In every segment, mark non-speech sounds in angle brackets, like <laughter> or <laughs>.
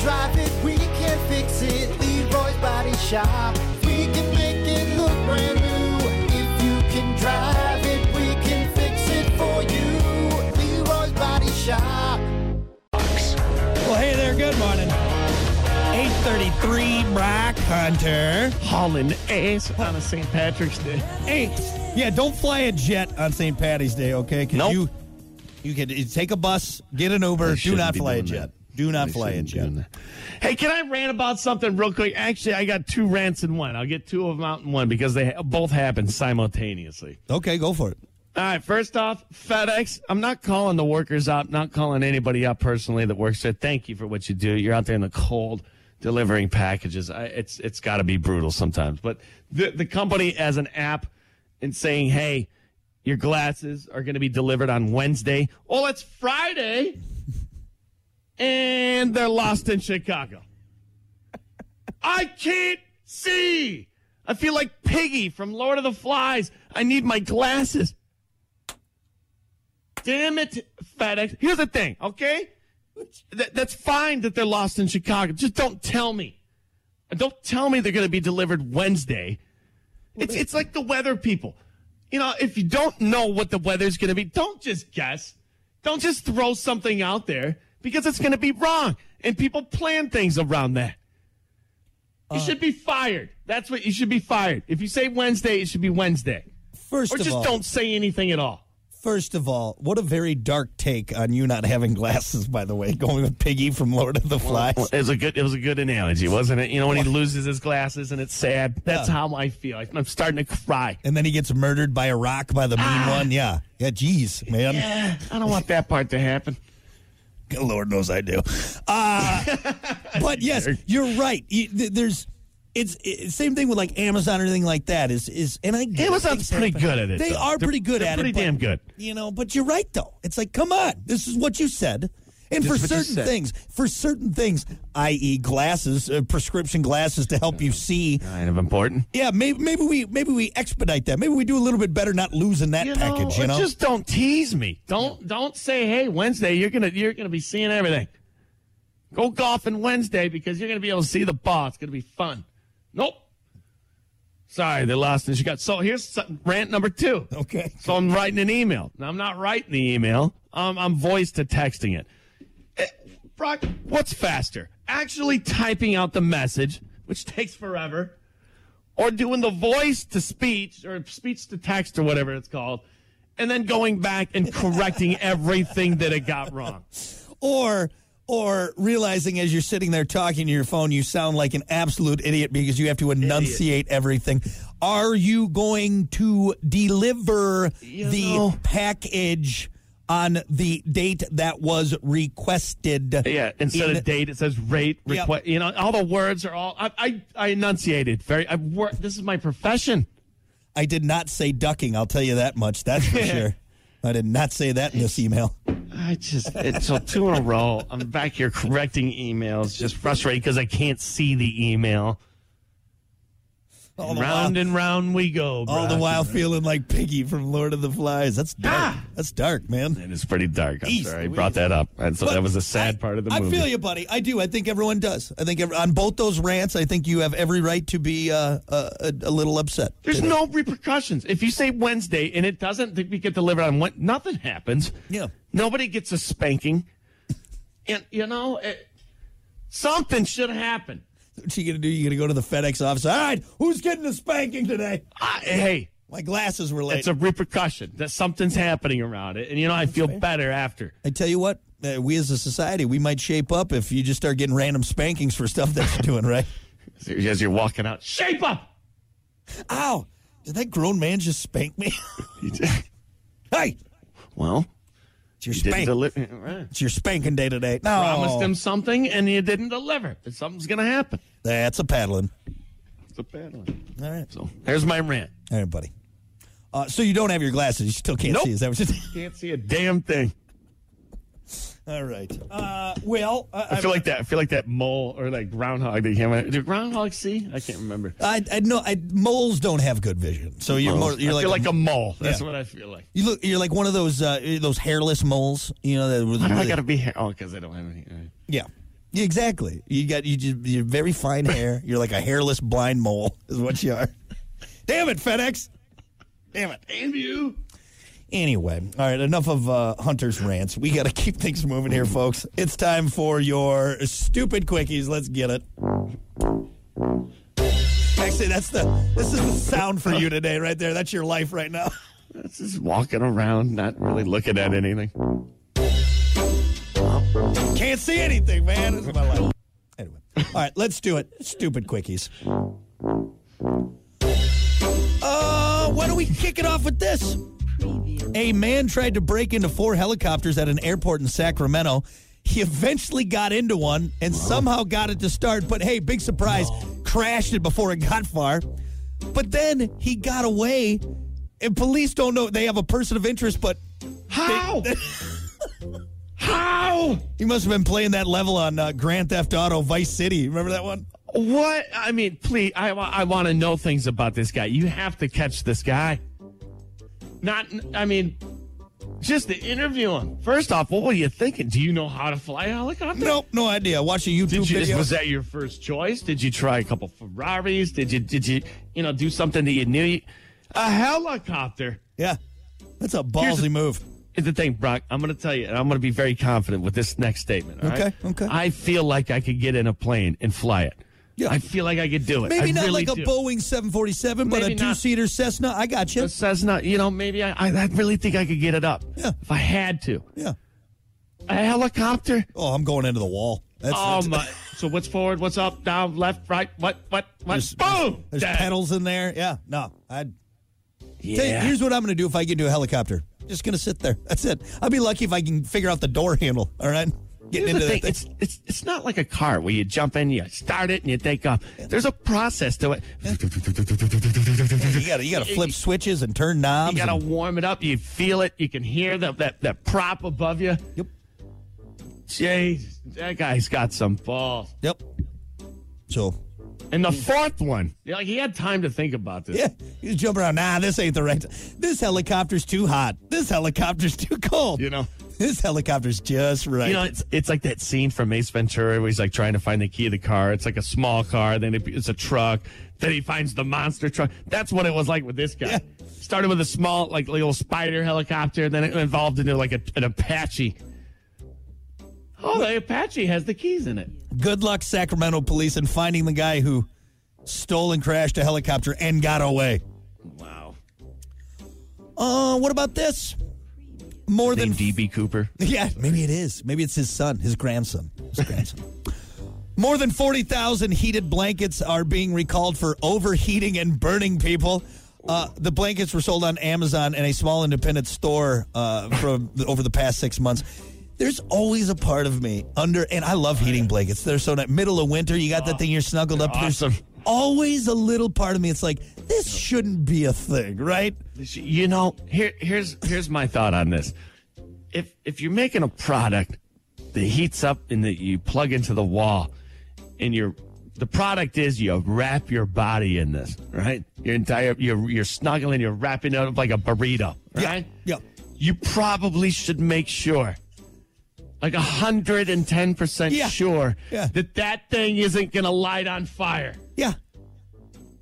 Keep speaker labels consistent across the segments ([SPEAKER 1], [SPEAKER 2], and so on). [SPEAKER 1] drive it, we can fix it. Leroy's Body Shop. We can make it look brand new. If you can drive it, we can fix it for you. Leroy's Body Shop.
[SPEAKER 2] Well, hey there, good morning. 833 Brock Hunter.
[SPEAKER 3] Hauling ass on a St. Patrick's Day.
[SPEAKER 2] Hey, yeah, don't fly a jet on St. Patty's Day, okay? 'Cause
[SPEAKER 4] Nope.
[SPEAKER 2] you you can you take a bus, get an Uber,
[SPEAKER 3] They
[SPEAKER 2] do
[SPEAKER 3] shouldn't
[SPEAKER 2] not
[SPEAKER 3] be
[SPEAKER 2] fly a
[SPEAKER 3] doing
[SPEAKER 2] jet.
[SPEAKER 3] that.
[SPEAKER 2] Do not
[SPEAKER 3] They
[SPEAKER 2] fly a
[SPEAKER 3] shouldn't be
[SPEAKER 2] jet.
[SPEAKER 3] doing that. Hey, can I rant about something real quick? Actually, I got two rants in one. I'll get two of them out in one because they ha- both happened simultaneously.
[SPEAKER 2] Okay, go for it.
[SPEAKER 3] All right, first off, FedEx. I'm not calling the workers up, not calling anybody up personally that works there. Thank you for what you do. You're out there in the cold delivering packages. I, it's it's got to be brutal sometimes. But the, the company as an app and saying, hey, your glasses are going to be delivered on Wednesday. Oh, it's Friday, and they're lost in Chicago. I can't see. I feel like Piggy from Lord of the Flies. I need my glasses. Damn it, FedEx. Here's the thing, okay? That, that's fine that they're lost in Chicago. Just don't tell me. Don't tell me they're going to be delivered Wednesday. It's, it's like the weather people. You know, if you don't know what the weather's going to be, don't just guess. Don't just throw something out there because it's going to be wrong. And people plan things around that. You
[SPEAKER 2] Uh.
[SPEAKER 3] should be fired. That's what you should be fired. If you say Wednesday, it should be Wednesday.
[SPEAKER 2] First
[SPEAKER 3] Or
[SPEAKER 2] of
[SPEAKER 3] just
[SPEAKER 2] all,
[SPEAKER 3] don't say anything at all.
[SPEAKER 2] first of all, what a very dark take on you not having glasses, by the way, <laughs> going with Piggy from Lord of the Flies.
[SPEAKER 3] Well, it was a good. It was a good analogy, wasn't it? You know, when he loses his glasses and it's sad. That's
[SPEAKER 2] Yeah.
[SPEAKER 3] how I feel. I- I'm starting to cry.
[SPEAKER 2] and then he gets murdered by a rock by the mean
[SPEAKER 3] Ah.
[SPEAKER 2] one. Yeah. Yeah, geez, man.
[SPEAKER 3] I don't want that part to happen.
[SPEAKER 2] <laughs> Lord knows I do. Uh,
[SPEAKER 3] <laughs>
[SPEAKER 2] but yes, you're right. You- th- There's it's it, same thing with like Amazon or anything like that. Is is and I get it.
[SPEAKER 3] Amazon's
[SPEAKER 2] Things
[SPEAKER 3] pretty
[SPEAKER 2] happen.
[SPEAKER 3] good at it,
[SPEAKER 2] They
[SPEAKER 3] though.
[SPEAKER 2] are
[SPEAKER 3] They're-
[SPEAKER 2] pretty good
[SPEAKER 3] they're
[SPEAKER 2] at
[SPEAKER 3] pretty
[SPEAKER 2] it. but,
[SPEAKER 3] damn good.
[SPEAKER 2] You know, but you're right though. It's like, come on, this is what you said. And for
[SPEAKER 3] what you
[SPEAKER 2] certain
[SPEAKER 3] said.
[SPEAKER 2] things, for certain things, i.e., glasses, uh, prescription glasses to help you see.
[SPEAKER 3] Kind of important.
[SPEAKER 2] Yeah, maybe, maybe we maybe we expedite that. Maybe we do a little bit better, not losing that
[SPEAKER 3] You
[SPEAKER 2] package.
[SPEAKER 3] know, uh,
[SPEAKER 2] You know,
[SPEAKER 3] just don't tease me. Don't don't say, "Hey, Wednesday, you're gonna you're gonna be seeing everything." Go golfing Wednesday because you're gonna be able to see the ball. It's gonna be fun. Nope. Sorry, they lost and she got. So here's some- rant number two.
[SPEAKER 2] okay.
[SPEAKER 3] So I'm writing an email. Now I'm not writing the email. Um, I'm voice to texting it. Eh, Brock, what's faster? Actually typing out the message, which <laughs> takes forever, or doing the voice to speech or speech to text or whatever it's called, and then going back and correcting everything that it got wrong.
[SPEAKER 2] or or realizing as you're sitting there talking to your phone you sound like an absolute idiot because you have to enunciate everything are you going to deliver the
[SPEAKER 3] know-
[SPEAKER 2] package on the date that was requested
[SPEAKER 3] Yeah, instead
[SPEAKER 2] In-
[SPEAKER 3] of date, it says rate
[SPEAKER 2] Yep.
[SPEAKER 3] request. You know, all the words are all I I, I enunciated very. I work. This is my profession.
[SPEAKER 2] i did not say ducking i'll tell you that much that's
[SPEAKER 3] <laughs>
[SPEAKER 2] for sure i did not say that in this email
[SPEAKER 3] I just it's so two in a row. I'm back here correcting emails, just frustrated because I can't see the email.
[SPEAKER 2] all the
[SPEAKER 3] round
[SPEAKER 2] while,
[SPEAKER 3] and round we go.
[SPEAKER 2] all the
[SPEAKER 3] Brock.
[SPEAKER 2] while feeling like piggy from lord of the flies that's dark
[SPEAKER 3] Ah!
[SPEAKER 2] that's dark man
[SPEAKER 3] It is pretty dark. I'm
[SPEAKER 2] Jeez
[SPEAKER 3] sorry, I
[SPEAKER 2] Louise.
[SPEAKER 3] brought that up, and so
[SPEAKER 2] But
[SPEAKER 3] that was a sad
[SPEAKER 2] I-
[SPEAKER 3] part of the
[SPEAKER 2] I
[SPEAKER 3] movie.
[SPEAKER 2] feel you, buddy. I do. I think everyone does. I think every, on both those rants, I think you have every right to be uh, uh, a, a little upset.
[SPEAKER 3] There's
[SPEAKER 2] today.
[SPEAKER 3] no repercussions if you say Wednesday and it doesn't think we get delivered on Wed- Nothing happens.
[SPEAKER 2] Yeah.
[SPEAKER 3] nobody gets a spanking, and you know it, something should happen.
[SPEAKER 2] What you gonna do? You gonna go to the FedEx office? All right, who's getting the spanking today?
[SPEAKER 3] I, hey,
[SPEAKER 2] My glasses were late.
[SPEAKER 3] it's a repercussion that something's happening around it, and you know I feel better after.
[SPEAKER 2] I tell you what, uh, we as a society, we might shape up if you just start getting random spankings for stuff that you're doing,
[SPEAKER 3] <laughs>
[SPEAKER 2] right?
[SPEAKER 3] as you're walking out, shape up.
[SPEAKER 2] Ow! Did that grown man just spank me? <laughs> hey,
[SPEAKER 3] well,
[SPEAKER 2] it's your
[SPEAKER 3] you didn't
[SPEAKER 2] spank.
[SPEAKER 3] deliver. Right.
[SPEAKER 2] it's your spanking day today. No,
[SPEAKER 3] Promised him something and you didn't deliver. Then Something's gonna happen.
[SPEAKER 2] that's a paddling.
[SPEAKER 3] It's a bad one.
[SPEAKER 2] All right.
[SPEAKER 3] So there's my rant.
[SPEAKER 2] All right, buddy. Uh, so you don't have your glasses. You still can't
[SPEAKER 3] Nope.
[SPEAKER 2] see. Is that what you
[SPEAKER 3] Can't see a damn thing.
[SPEAKER 2] <laughs> All right. Uh, well,
[SPEAKER 3] I
[SPEAKER 2] uh,
[SPEAKER 3] feel like that. I feel like that mole or like groundhog. They came. Do groundhog see? I can't remember.
[SPEAKER 2] I, I, I know I, moles don't have good vision. So you're more, you're like,
[SPEAKER 3] I feel Oh, like a mole. That's
[SPEAKER 2] Yeah.
[SPEAKER 3] what I feel like.
[SPEAKER 2] you look you're like one of those uh, those hairless moles. You know that.
[SPEAKER 3] Why do I
[SPEAKER 2] really-
[SPEAKER 3] gotta be here? Oh, because I don't have any. all right.
[SPEAKER 2] yeah. Exactly. You got you just you're very fine hair. You're like a hairless blind mole <laughs> is what you are. Damn it, FedEx. Damn it.
[SPEAKER 3] Damn you.
[SPEAKER 2] Anyway, all right, enough of uh, Hunter's rants. We got to keep things moving here, folks. It's time for your stupid quickies. Let's get it. Actually, that's the this is the sound for you today right there. That's your life right now. <laughs>
[SPEAKER 3] That's just walking around, not really looking at anything.
[SPEAKER 2] Can't see anything, man. This is my life. Anyway, all right, let's do it. Stupid quickies. Uh, why don't we kick it off with this? A man tried to break into four helicopters at an airport in Sacramento. He eventually got into one and somehow got it to start, but hey, big surprise, crashed it before it got far. But then he got away, and police don't know they have a person of interest, but
[SPEAKER 3] How? <laughs> How?
[SPEAKER 2] he must have been playing that level on uh, Grand Theft Auto Vice City. Remember that one?
[SPEAKER 3] What? I mean, please, I, wa- I want to know things about this guy. You have to catch this guy. Not, I mean, just to interview him. First off, what were you thinking? Do you know how to fly a helicopter?
[SPEAKER 2] Nope, no idea. Watch a YouTube
[SPEAKER 3] Did you,
[SPEAKER 2] video.
[SPEAKER 3] was that your first choice? Did you try a couple Ferraris? Did you, did you, you know, do something that you knew? You, a helicopter.
[SPEAKER 2] yeah, that's a
[SPEAKER 3] Here's
[SPEAKER 2] ballsy
[SPEAKER 3] the-
[SPEAKER 2] move.
[SPEAKER 3] Here's the thing, Brock. I'm going to tell you, and I'm going to be very confident with this next statement. all right?
[SPEAKER 2] Okay, okay.
[SPEAKER 3] I feel like I could get in a plane and fly it.
[SPEAKER 2] Yeah.
[SPEAKER 3] I feel like I could do it.
[SPEAKER 2] Maybe
[SPEAKER 3] I
[SPEAKER 2] not
[SPEAKER 3] really
[SPEAKER 2] like a
[SPEAKER 3] do.
[SPEAKER 2] Boeing 747, but
[SPEAKER 3] Maybe
[SPEAKER 2] a
[SPEAKER 3] not.
[SPEAKER 2] two-seater Cessna. I got you.
[SPEAKER 3] It says not. You know, maybe I, I. I really think I could get it up.
[SPEAKER 2] Yeah.
[SPEAKER 3] If I had to,
[SPEAKER 2] Yeah.
[SPEAKER 3] a helicopter.
[SPEAKER 2] Oh, I'm going into the wall. That's,
[SPEAKER 3] Oh
[SPEAKER 2] that's-
[SPEAKER 3] my! So what's forward? What's up? Down? Left? Right? What? What? What?
[SPEAKER 2] There's,
[SPEAKER 3] Boom!
[SPEAKER 2] There's,
[SPEAKER 3] Dead.
[SPEAKER 2] there's pedals in there. Yeah. No. I'd tell you,
[SPEAKER 3] Yeah.
[SPEAKER 2] here's what I'm going to do if I get into a helicopter. Just going to sit there. That's it. I'll be lucky if I can figure out the door handle. All right. Getting
[SPEAKER 3] Here's
[SPEAKER 2] into
[SPEAKER 3] the
[SPEAKER 2] that
[SPEAKER 3] thing. It's it's it's not like a car where you jump in, you start it, and you take off. There's a process to it.
[SPEAKER 2] You got to you got
[SPEAKER 3] <laughs>
[SPEAKER 2] to flip switches and turn knobs.
[SPEAKER 3] You gotta
[SPEAKER 2] and-
[SPEAKER 3] warm it up. You feel it. You can hear the, that that prop above you.
[SPEAKER 2] Yep.
[SPEAKER 3] Jeez, that guy's got some balls.
[SPEAKER 2] Yep. So
[SPEAKER 3] And the fourth one, Mm. yeah, like he had time to think about this.
[SPEAKER 2] <laughs> Yeah, you jump around. Nah, this ain't the right. This helicopter's too hot. This helicopter's <laughs> too cold.
[SPEAKER 3] You know.
[SPEAKER 2] this helicopter's just right.
[SPEAKER 3] You know, it's it's like that scene from Ace Ventura where he's like trying to find the key of the car. It's like a small car, then it, it's a truck, then he finds the monster truck. That's what it was like with this guy.
[SPEAKER 2] Yeah.
[SPEAKER 3] Started with a small, like little spider helicopter, then it evolved into like a, an Apache. Oh, the Apache has the keys in it.
[SPEAKER 2] Good luck, Sacramento police, in finding the guy who stole and crashed a helicopter and got away.
[SPEAKER 3] Wow.
[SPEAKER 2] Uh, what about this? More than
[SPEAKER 3] Named DB Cooper.
[SPEAKER 2] <laughs> Yeah, maybe it is. Maybe it's his son, his grandson. His grandson. <laughs> More than 40,000 heated blankets are being recalled for overheating and burning people. Uh, the blankets were sold on Amazon and a small independent store uh, from over the past six months. There's always a part of me under, and I love heating blankets. They're so nice. Middle of winter, you got that thing you're snuggled up. There's
[SPEAKER 3] awesome.
[SPEAKER 2] always a little part of me. It's like this shouldn't be a thing, right?
[SPEAKER 3] You know, here here's here's my thought on this. If if you're making a product that heats up and that you plug into the wall, and your the product is you wrap your body in this, right? Your entire you're you're snuggling, you're wrapping it up like a burrito, right?
[SPEAKER 2] Yeah.
[SPEAKER 3] You probably should make sure. Like 110%
[SPEAKER 2] Yeah.
[SPEAKER 3] sure
[SPEAKER 2] Yeah.
[SPEAKER 3] that that thing isn't going to light on fire.
[SPEAKER 2] Yeah.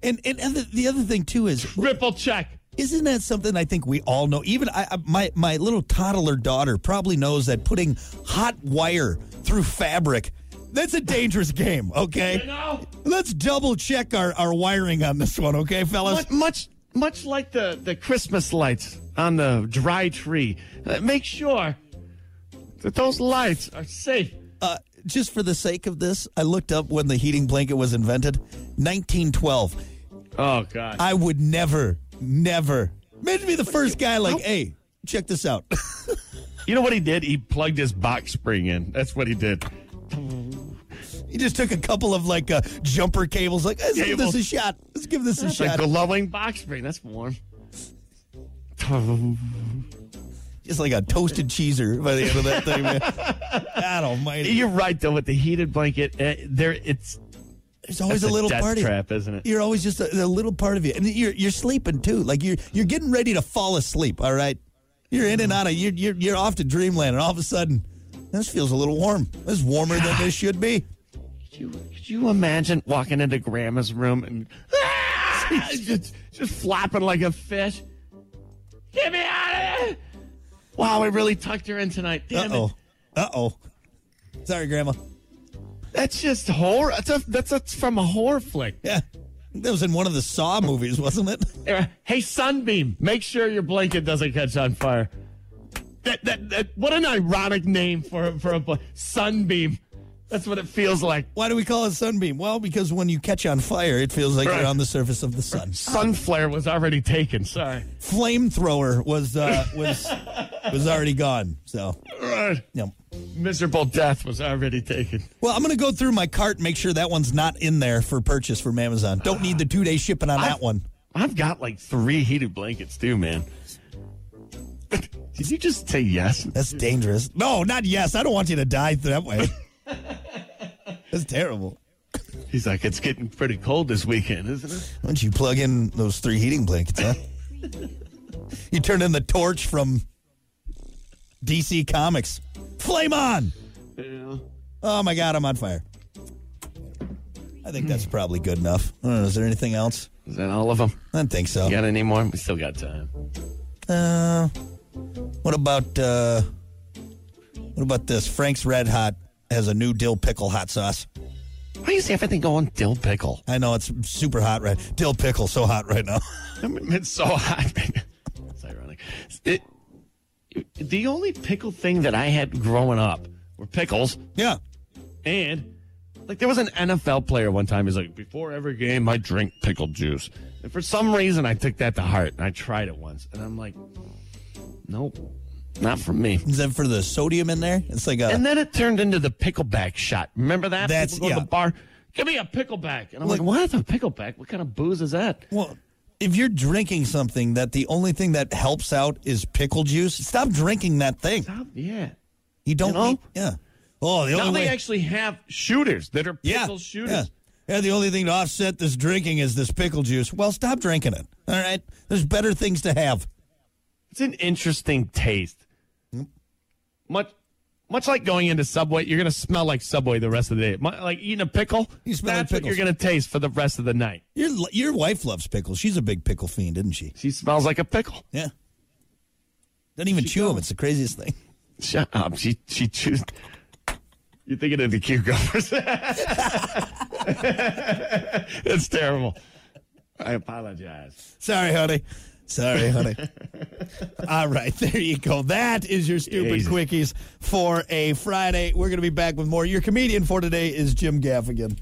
[SPEAKER 2] And and, and the, the other thing too is
[SPEAKER 3] Ripple check.
[SPEAKER 2] Isn't that something I think we all know? Even I, I, my my little toddler daughter probably knows that putting hot wire through fabric that's a dangerous game.
[SPEAKER 3] You
[SPEAKER 2] Okay,
[SPEAKER 3] know?
[SPEAKER 2] let's double check our, our wiring on this one. Okay, fellas.
[SPEAKER 3] much, much, much like the, the Christmas lights on the dry tree. Uh, make sure that those lights are safe.
[SPEAKER 2] Uh, just for the sake of this, I looked up when the heating blanket was invented, 1912.
[SPEAKER 3] Oh God!
[SPEAKER 2] I would never, never. Imagine be the first guy like, hey, check this out. <laughs>
[SPEAKER 3] you know what he did? He plugged his box spring in. That's what he did.
[SPEAKER 2] he just took a couple of like uh, jumper cables. Like, let's give this a
[SPEAKER 3] Cables.
[SPEAKER 2] shot. Let's give this a
[SPEAKER 3] It's like
[SPEAKER 2] shot.
[SPEAKER 3] the glowing box spring. That's warm. Oh.
[SPEAKER 2] Just like a toasted cheeser by the end of that thing, man. God almighty.
[SPEAKER 3] You're right though. With the heated blanket, uh, there it's
[SPEAKER 2] There's always
[SPEAKER 3] it's
[SPEAKER 2] a little
[SPEAKER 3] death
[SPEAKER 2] party.
[SPEAKER 3] trap, isn't it?
[SPEAKER 2] You're always just a, a little part of you. And you're you're sleeping too. Like you're you're getting ready to fall asleep, all right? You're in and out of you're you're, you're off to dreamland and all of a sudden This feels a little warm. This is warmer than this should
[SPEAKER 3] <sighs>
[SPEAKER 2] be.
[SPEAKER 3] Could you, could you imagine walking into grandma's room and "Ah!" <laughs> just, just flopping like a fish? Get me out of there! Wow, I really tucked her in tonight.
[SPEAKER 2] Uh
[SPEAKER 3] Damn
[SPEAKER 2] oh.
[SPEAKER 3] it.
[SPEAKER 2] Uh oh. Sorry, Grandma.
[SPEAKER 3] That's just horror. That's, a, that's, that's from a horror flick.
[SPEAKER 2] Yeah. That was in one of the Saw movies, wasn't it?
[SPEAKER 3] Uh, Hey, Sunbeam, make sure your blanket doesn't catch on fire. That, that, that, what an ironic name for, for a bl- Sunbeam. That's what it feels like.
[SPEAKER 2] Why do we call it sunbeam? Well, because when you catch on fire, it feels like
[SPEAKER 3] Right.
[SPEAKER 2] you're on the surface of the sun.
[SPEAKER 3] Sun flare was already taken. Sorry.
[SPEAKER 2] Flamethrower was uh, was was already gone. So,
[SPEAKER 3] Right.
[SPEAKER 2] no.
[SPEAKER 3] Miserable death was already taken.
[SPEAKER 2] Well, I'm going to go through my cart and make sure that one's not in there for purchase from Amazon. Don't need the two day shipping on that one.
[SPEAKER 3] I've got like three heated blankets too, man. <laughs> Did you just say yes?
[SPEAKER 2] That's dangerous. No, not yes. I don't want you to die that way. That's terrible.
[SPEAKER 3] He's like, it's getting pretty cold this weekend, isn't it?
[SPEAKER 2] Why don't you plug in those three heating blankets, huh? you turn in the torch from DC Comics. Flame on!
[SPEAKER 3] Yeah.
[SPEAKER 2] Oh my God, I'm on fire. I think that's probably good enough. I don't know, is there anything else?
[SPEAKER 3] Is that all of them?
[SPEAKER 2] I don't think so.
[SPEAKER 3] Got any more? We still got time.
[SPEAKER 2] Uh, what about uh, what about this? Frank's Red Hot has a new dill pickle hot sauce.
[SPEAKER 3] Why do you say everything going dill pickle? <laughs>
[SPEAKER 2] I know it's super hot right. Dill pickle so hot right now.
[SPEAKER 3] I mean, It's so hot. it's ironic. It, the only pickle thing that I had growing up were pickles,
[SPEAKER 2] yeah.
[SPEAKER 3] and like there was an NFL player one time. He's like, before every game, I drink pickle juice. And for some reason, I took that to heart, and I tried it once, and I'm like, nope, not for me.
[SPEAKER 2] Is that for the sodium in there? It's like a
[SPEAKER 3] And then it turned into the pickleback shot. Remember that?
[SPEAKER 2] That's-
[SPEAKER 3] People go to
[SPEAKER 2] yeah.
[SPEAKER 3] the bar. Give me a pickleback, and I'm
[SPEAKER 2] Look-
[SPEAKER 3] like, what? A pickleback? What kind of booze is that?
[SPEAKER 2] well. If you're drinking something that the only thing that helps out is pickle juice, stop drinking that thing.
[SPEAKER 3] Oh, yeah.
[SPEAKER 2] You don't.
[SPEAKER 3] You know?
[SPEAKER 2] need- yeah. Oh, the
[SPEAKER 3] Now
[SPEAKER 2] only
[SPEAKER 3] they
[SPEAKER 2] way.
[SPEAKER 3] actually have shooters that are
[SPEAKER 2] yeah.
[SPEAKER 3] pickle shooters.
[SPEAKER 2] Yeah. Yeah, the only thing to offset this drinking is this pickle juice. Well, stop drinking it. All right. There's better things to have.
[SPEAKER 3] It's an interesting taste. Much much like going into Subway, you're going to smell like Subway the rest of the day. Mu- Like eating a pickle,
[SPEAKER 2] You smell like
[SPEAKER 3] that's what you're
[SPEAKER 2] pickles.
[SPEAKER 3] going to taste for the rest of the night.
[SPEAKER 2] Your your wife loves pickles. She's a big pickle fiend, isn't she?
[SPEAKER 3] She smells like a pickle.
[SPEAKER 2] Yeah. Doesn't even chew them. It's the craziest thing.
[SPEAKER 3] Shut up. She she chews. You're thinking of the cucumbers. <laughs> That's terrible. I apologize.
[SPEAKER 2] Sorry, honey. Sorry,
[SPEAKER 3] <laughs>
[SPEAKER 2] honey. All right, there you go. That is your stupid
[SPEAKER 3] Jesus.
[SPEAKER 2] quickies for a Friday. We're going to be back with more. Your comedian for today is Jim Gaffigan.